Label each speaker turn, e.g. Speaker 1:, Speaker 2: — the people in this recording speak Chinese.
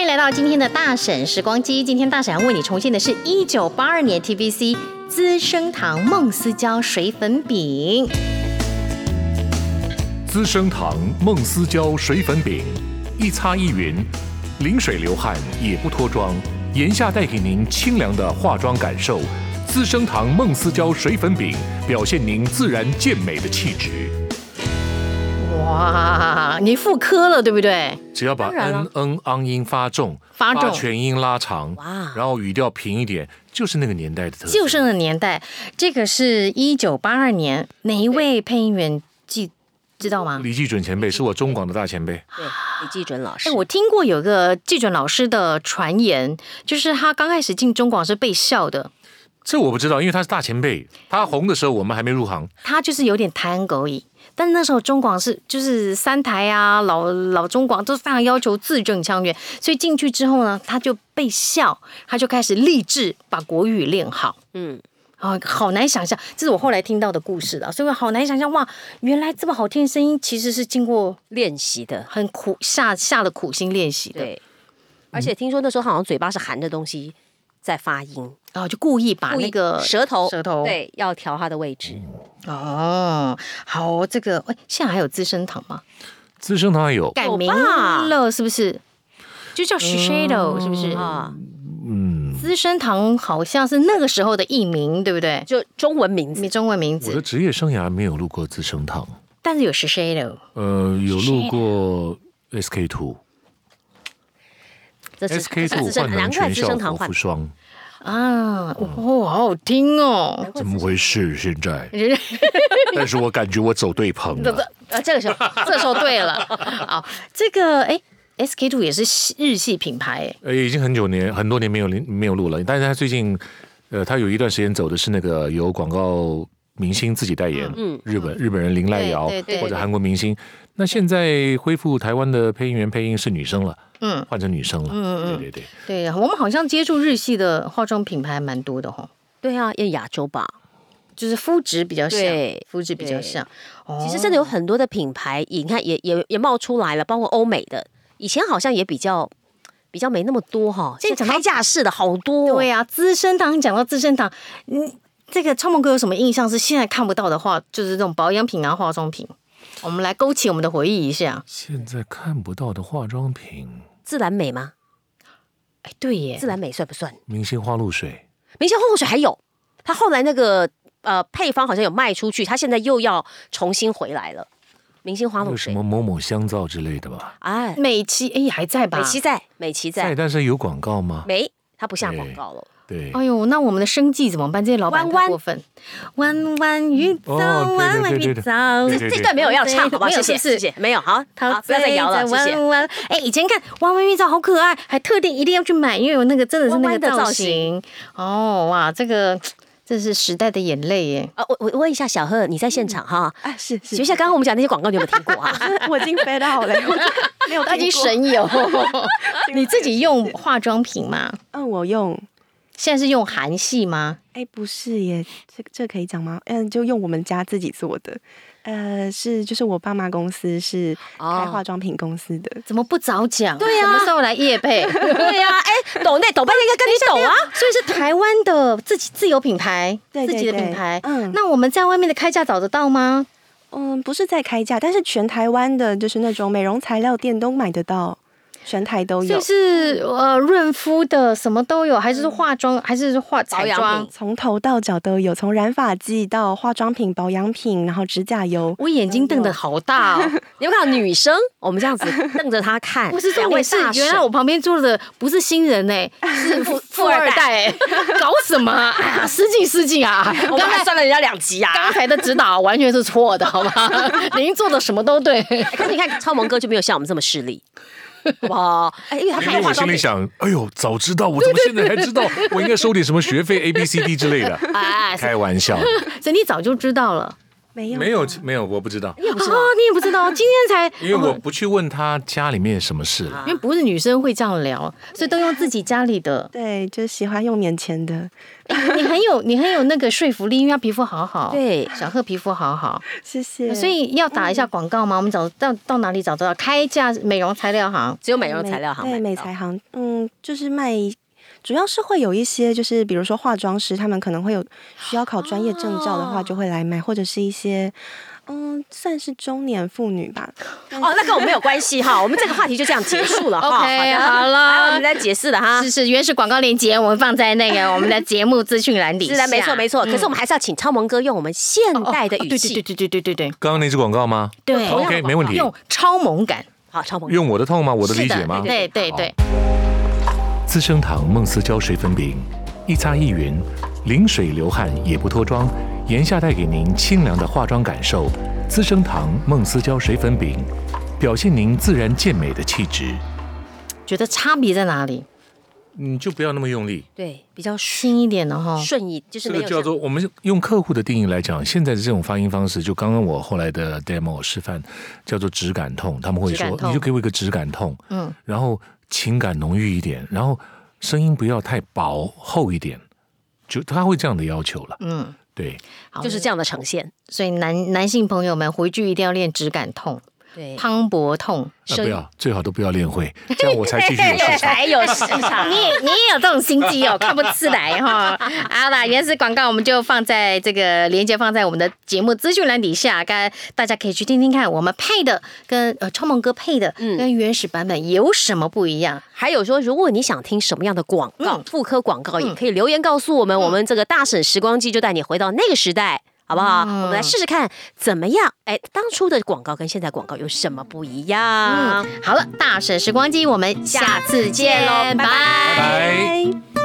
Speaker 1: 迎来到今天的大婶时光机。今天大婶要为你重现的是一九八二年 TBC 资生堂梦思娇水粉饼。
Speaker 2: 资生堂梦思娇水粉饼，一擦一匀，零水流汗也不脱妆，眼下带给您清凉的化妆感受。资生堂梦思娇水粉饼，表现您自然健美的气质。
Speaker 1: 哇，你复刻了对不对？
Speaker 2: 只要把
Speaker 1: 当然了
Speaker 2: n n昂音发重，
Speaker 1: 发重
Speaker 2: 把全音拉长，
Speaker 1: 哇
Speaker 2: 然后语调平一点，就是那个年代的特色。
Speaker 1: 就是那个年代，这个是一九八二年，哪一位配音员记知道吗？
Speaker 2: 李济准前辈是我中广的大前辈，
Speaker 3: 对，李济准老师
Speaker 1: 哎，，我听过有个纪准老师的传言，就是他刚开始进中广是被笑的，
Speaker 2: 这我不知道，因为他是大前辈，他红的时候我们还没入行。
Speaker 1: 他就是有点台湾狗瘾。但那时候中广是就是三台啊，老老中广都非常要求字正腔圆，所以进去之后呢，他就被笑，他就开始立志把国语练好。
Speaker 3: 嗯，
Speaker 1: 啊，好难想象，这是我后来听到的故事了，所以我好难想象哇，原来这么好听的声音其实是经过
Speaker 3: 练习的，
Speaker 1: 很苦下下了苦心练习的，
Speaker 3: 对。嗯而且听说那时候好像嘴巴是含着东西在发音，
Speaker 1: 然哦后就故意把
Speaker 3: 故意
Speaker 1: 那个
Speaker 3: 舌头
Speaker 1: 舌头
Speaker 3: 对要调它的位置，
Speaker 1: 哦，好哦，这个哎，现在还有资生堂吗？
Speaker 2: 资生堂还有，
Speaker 1: 改
Speaker 3: 有
Speaker 1: 名
Speaker 3: 吧
Speaker 1: 了是不是？就叫 Shiseido、是不是？
Speaker 2: 哦
Speaker 3: 啊，
Speaker 2: 嗯，
Speaker 1: 资生堂好像是那个时候的艺名，对不对？
Speaker 3: 就中文名字
Speaker 1: 你中文名
Speaker 2: 我的
Speaker 1: 字，
Speaker 2: 职业生涯没有录过资生堂，
Speaker 1: 但是有 Shiseido，
Speaker 2: 呃，有录过 SK two。
Speaker 3: 这是
Speaker 2: SK
Speaker 3: 这是
Speaker 2: two
Speaker 3: 资生
Speaker 2: 焕
Speaker 3: 难
Speaker 2: 能
Speaker 3: 怪
Speaker 2: 全
Speaker 3: 资
Speaker 2: 效
Speaker 3: 生堂
Speaker 2: 果
Speaker 3: 换
Speaker 2: 肤，霜，
Speaker 1: 啊，哦，好好听哦。，
Speaker 2: 怎么回事？现在
Speaker 1: 这
Speaker 2: 但是我感觉我走对棚了。
Speaker 3: 呃，这个时候
Speaker 1: 这时候对了， 好，这个哎，SK two 也是系日系品牌哎，
Speaker 2: 呃，已经很久年很多年没有没有录了，但是他最近，呃，他有一段时间走的是那个由广告明星自己代言，
Speaker 3: 嗯
Speaker 2: 日本日本人林濑遥
Speaker 1: 对对对
Speaker 2: 或者韩国明星。那现在恢复台湾的配音员配音是女生了，
Speaker 1: 嗯，
Speaker 2: 换成女生了，嗯对对对。
Speaker 1: 对，我们好像接触日系的化妆品牌蛮多的哈、哦，
Speaker 3: 对啊，要亚洲吧。
Speaker 1: 就是肤质比较像
Speaker 3: 对，
Speaker 1: 肤质比较像。哦
Speaker 3: 其实真的有很多的品牌，你看也也也冒出来了，包括欧美的，以前好像也比较比较没那么多哈。
Speaker 1: 现在
Speaker 3: 现
Speaker 1: 讲
Speaker 3: 在
Speaker 1: 到
Speaker 3: 开架式的好多、哦
Speaker 1: 对啊，资生堂讲到资生堂，嗯，这个超梦哥有什么印象是现在看不到的话，就是这种保养品啊、化妆品。我们来勾起我们的回忆一下。
Speaker 2: 现在看不到的化妆品，
Speaker 3: 自然美吗？
Speaker 1: 哎，对耶
Speaker 3: 自，然美算不算？
Speaker 2: 明星花露水，
Speaker 3: 明星花露水还有，它后来那个呃配方好像有卖出去，它现在又要重新回来了。明星花
Speaker 2: 还
Speaker 3: 露
Speaker 2: 有什
Speaker 3: 水
Speaker 2: 么，某某香皂之类的吧？
Speaker 3: 哎，
Speaker 1: 美琪哎还在吧？
Speaker 3: 美琪在，美琪
Speaker 2: 在，
Speaker 3: 在，
Speaker 2: 但是有广告吗？
Speaker 3: 没，哦它不下广告了。
Speaker 2: 对。
Speaker 1: 哎呦，那我们的生计怎么办？这些老板
Speaker 3: 弯
Speaker 1: 太
Speaker 3: 弯
Speaker 1: 过分。弯弯鱼
Speaker 2: 哦
Speaker 1: 藻，弯弯
Speaker 2: 对对
Speaker 1: 鱼
Speaker 2: 对对
Speaker 1: 藻。
Speaker 2: 对对
Speaker 3: 这段没有要唱，好不好？
Speaker 1: 没有
Speaker 3: 谢谢，
Speaker 1: 是不是
Speaker 3: 谢谢，没有，好，
Speaker 1: 它
Speaker 3: 好，不要再摇了，谢
Speaker 1: 弯
Speaker 3: 谢。
Speaker 1: 弯，哎，以前看弯弯玉藻好可爱，还特地一定要去买，因为有那个真的是那个
Speaker 3: 弯弯的
Speaker 1: 造
Speaker 3: 造
Speaker 1: 型。哦，哇，这个这是时代的眼泪耶。
Speaker 3: 啊，我我问一下小贺，你在现场哈？
Speaker 4: 啊，是
Speaker 3: 学一
Speaker 4: 是，
Speaker 3: 下刚刚我们讲那些广告，你有没有听过 啊？
Speaker 4: 我已经飞到了，我都没有
Speaker 1: 他已经
Speaker 4: 听过。
Speaker 1: 神游。 你自己用化妆品吗？
Speaker 4: 嗯，我用，
Speaker 1: 现在是用韩系吗？
Speaker 4: 哎，不是耶，这个这个可以讲吗？嗯，就用我们家自己做的，呃，是就是我爸妈公司是开
Speaker 3: 哦
Speaker 4: 化妆品公司的，
Speaker 1: 怎么不早讲？啊
Speaker 3: 对呀
Speaker 1: 什么时候来夜配？
Speaker 3: 对呀、哎，抖内抖半天应该跟你抖啊。
Speaker 1: 所以是台湾的自己自有品牌，
Speaker 4: 对对
Speaker 1: 自己的品牌。
Speaker 4: 对嗯
Speaker 1: 那我们在外面的开价找得到吗？
Speaker 4: 嗯，不是在开价，但是全台湾的就是那种美容材料店都买得到，全台都
Speaker 1: 就
Speaker 4: 有，
Speaker 1: 是呃润肤的什么都有，还是化妆，还是化彩
Speaker 3: 保养
Speaker 1: 妆
Speaker 3: 品？
Speaker 4: 从头到脚都有，从染发剂到化妆品、保养品，然后指甲油，
Speaker 1: 我眼睛瞪得好大哦！
Speaker 3: 你有没有看到女生，我们这样子瞪着她看，
Speaker 1: 不是重
Speaker 3: 两
Speaker 1: 点
Speaker 3: 位
Speaker 1: 是
Speaker 3: 大，
Speaker 1: 原来
Speaker 3: 神
Speaker 1: 我旁边坐的不是新人哎、是富富二代哎、搞什么啊？哎呀，失敬失敬啊！
Speaker 3: 我
Speaker 1: 刚
Speaker 3: 们还
Speaker 1: 才
Speaker 3: 算了人家两集啊。
Speaker 1: 刚才的指导完全是错的，好 吗？您做的什么都对。
Speaker 3: 哎可是你看超萌哥就没有像我们这么势利，好不好？哎，因为他
Speaker 2: 因
Speaker 3: 拍
Speaker 2: 为
Speaker 3: 化
Speaker 2: 我心
Speaker 3: 妆
Speaker 2: 里
Speaker 3: 品，
Speaker 2: 想，哎呦，早知道我怎么现在才知道，我
Speaker 3: 啊
Speaker 2: 应该收点什么学费 A B C D 之类的。
Speaker 1: 哎，
Speaker 2: 开玩笑，
Speaker 1: 所以你早就知道了。
Speaker 4: 没有啊
Speaker 5: 没有
Speaker 4: 吧
Speaker 5: 没有，我不知道，
Speaker 3: 你也不知道
Speaker 1: 哦，你也不知道，今天才
Speaker 5: 因为我不去问他家里面什么事
Speaker 3: 啊
Speaker 5: 了。
Speaker 1: 因为不是女生会这样聊，所以都用自己家里的。哎
Speaker 4: 对，就是喜欢用免钱的，
Speaker 1: 你很有你很有那个说服力，因为她皮肤好好，，
Speaker 3: 对，
Speaker 1: 小贺皮肤好好，
Speaker 4: 谢谢。
Speaker 1: 所以要打一下广告吗？我们找到到哪里找得到？开价美容材料行，
Speaker 3: 只有美容材料行
Speaker 4: 对
Speaker 3: 买
Speaker 4: 美
Speaker 3: 得到
Speaker 4: 材行，嗯，就是卖，主要是会有一些，就是比如说化妆师，他们可能会有需要考专业证照的话，
Speaker 3: 哦
Speaker 4: 就会来买，或者是一些，嗯，算是中年妇女吧。
Speaker 3: 哦，那跟我们没有关系哈，我们这个话题就这样结束了哈。
Speaker 1: OK，
Speaker 3: 好
Speaker 1: 哦好
Speaker 3: 的
Speaker 1: 了
Speaker 3: 来我们来解释了哈。
Speaker 1: 是是，原始广告链接我们放在那个我们的节目资讯栏里。
Speaker 3: 是的，没错没
Speaker 1: 错。
Speaker 3: 错。可是我们还是要请超萌哥用我们现代的
Speaker 1: 嗯哦
Speaker 3: 语
Speaker 1: 对对
Speaker 3: 气，
Speaker 1: 对对对对对
Speaker 5: 刚刚那支广告吗
Speaker 1: 对
Speaker 3: 同样
Speaker 5: ？OK，
Speaker 3: 的
Speaker 5: 没问题。
Speaker 1: 用超萌感，
Speaker 3: 好，超萌哥。
Speaker 5: 用我的痛吗？我的理
Speaker 1: 是
Speaker 5: 解吗？
Speaker 1: 对对对，
Speaker 2: 资生堂梦思胶水粉饼，一擦一匀，零水流汗也不脱妆，炎夏带给您清凉的化妆感受。资生堂梦思胶水粉饼，表现您自然健美的气质。
Speaker 1: 觉得差别在哪里？
Speaker 5: 你就不要那么用力。
Speaker 3: 对，比较顺
Speaker 1: 轻一点的哈，
Speaker 3: 顺意，就是
Speaker 5: 这
Speaker 3: 没
Speaker 5: 个
Speaker 3: 有
Speaker 5: 叫做我们用客户的定义来讲，现在的这种发音方式，就刚刚我后来的 demo 示范叫做质感痛，他们会
Speaker 1: 质
Speaker 5: 说
Speaker 1: 感痛
Speaker 5: 你就给我一个质感痛，
Speaker 1: 嗯，
Speaker 5: 然后情感浓郁一点，然后声音不要太薄厚一点，就他会这样的要求了。
Speaker 1: 嗯，
Speaker 5: 对，
Speaker 1: 好
Speaker 3: 就是这样的呈现。
Speaker 1: 所以男男性朋友们回去一定要练质感痛、
Speaker 3: 对，
Speaker 1: 磅礴痛。
Speaker 5: 啊、不要，最好都不要练会，这样我才继续有 市场。
Speaker 3: 才有市场。
Speaker 1: 你也你也有这种心机哦，看不出来 哈。好啦，原始广告我们就放在这个链接放在我们的节目资讯栏底下，大家大家可以去听听看，我们配的跟呃超梦哥配的跟原始版本有什么不一样？
Speaker 3: 还有说，如果你想听什么样的广告，
Speaker 1: 嗯
Speaker 3: 妇科广告也可以留言告诉我们，我们这个大婶时光机就带你回到那个时代。好不好？
Speaker 1: 嗯
Speaker 3: 我们来试试看怎么样？哎，当初的广告跟现在广告有什么不一样？
Speaker 1: 嗯嗯好了，大婶时光机，我们下次见喽，拜拜
Speaker 5: 拜。
Speaker 4: 拜。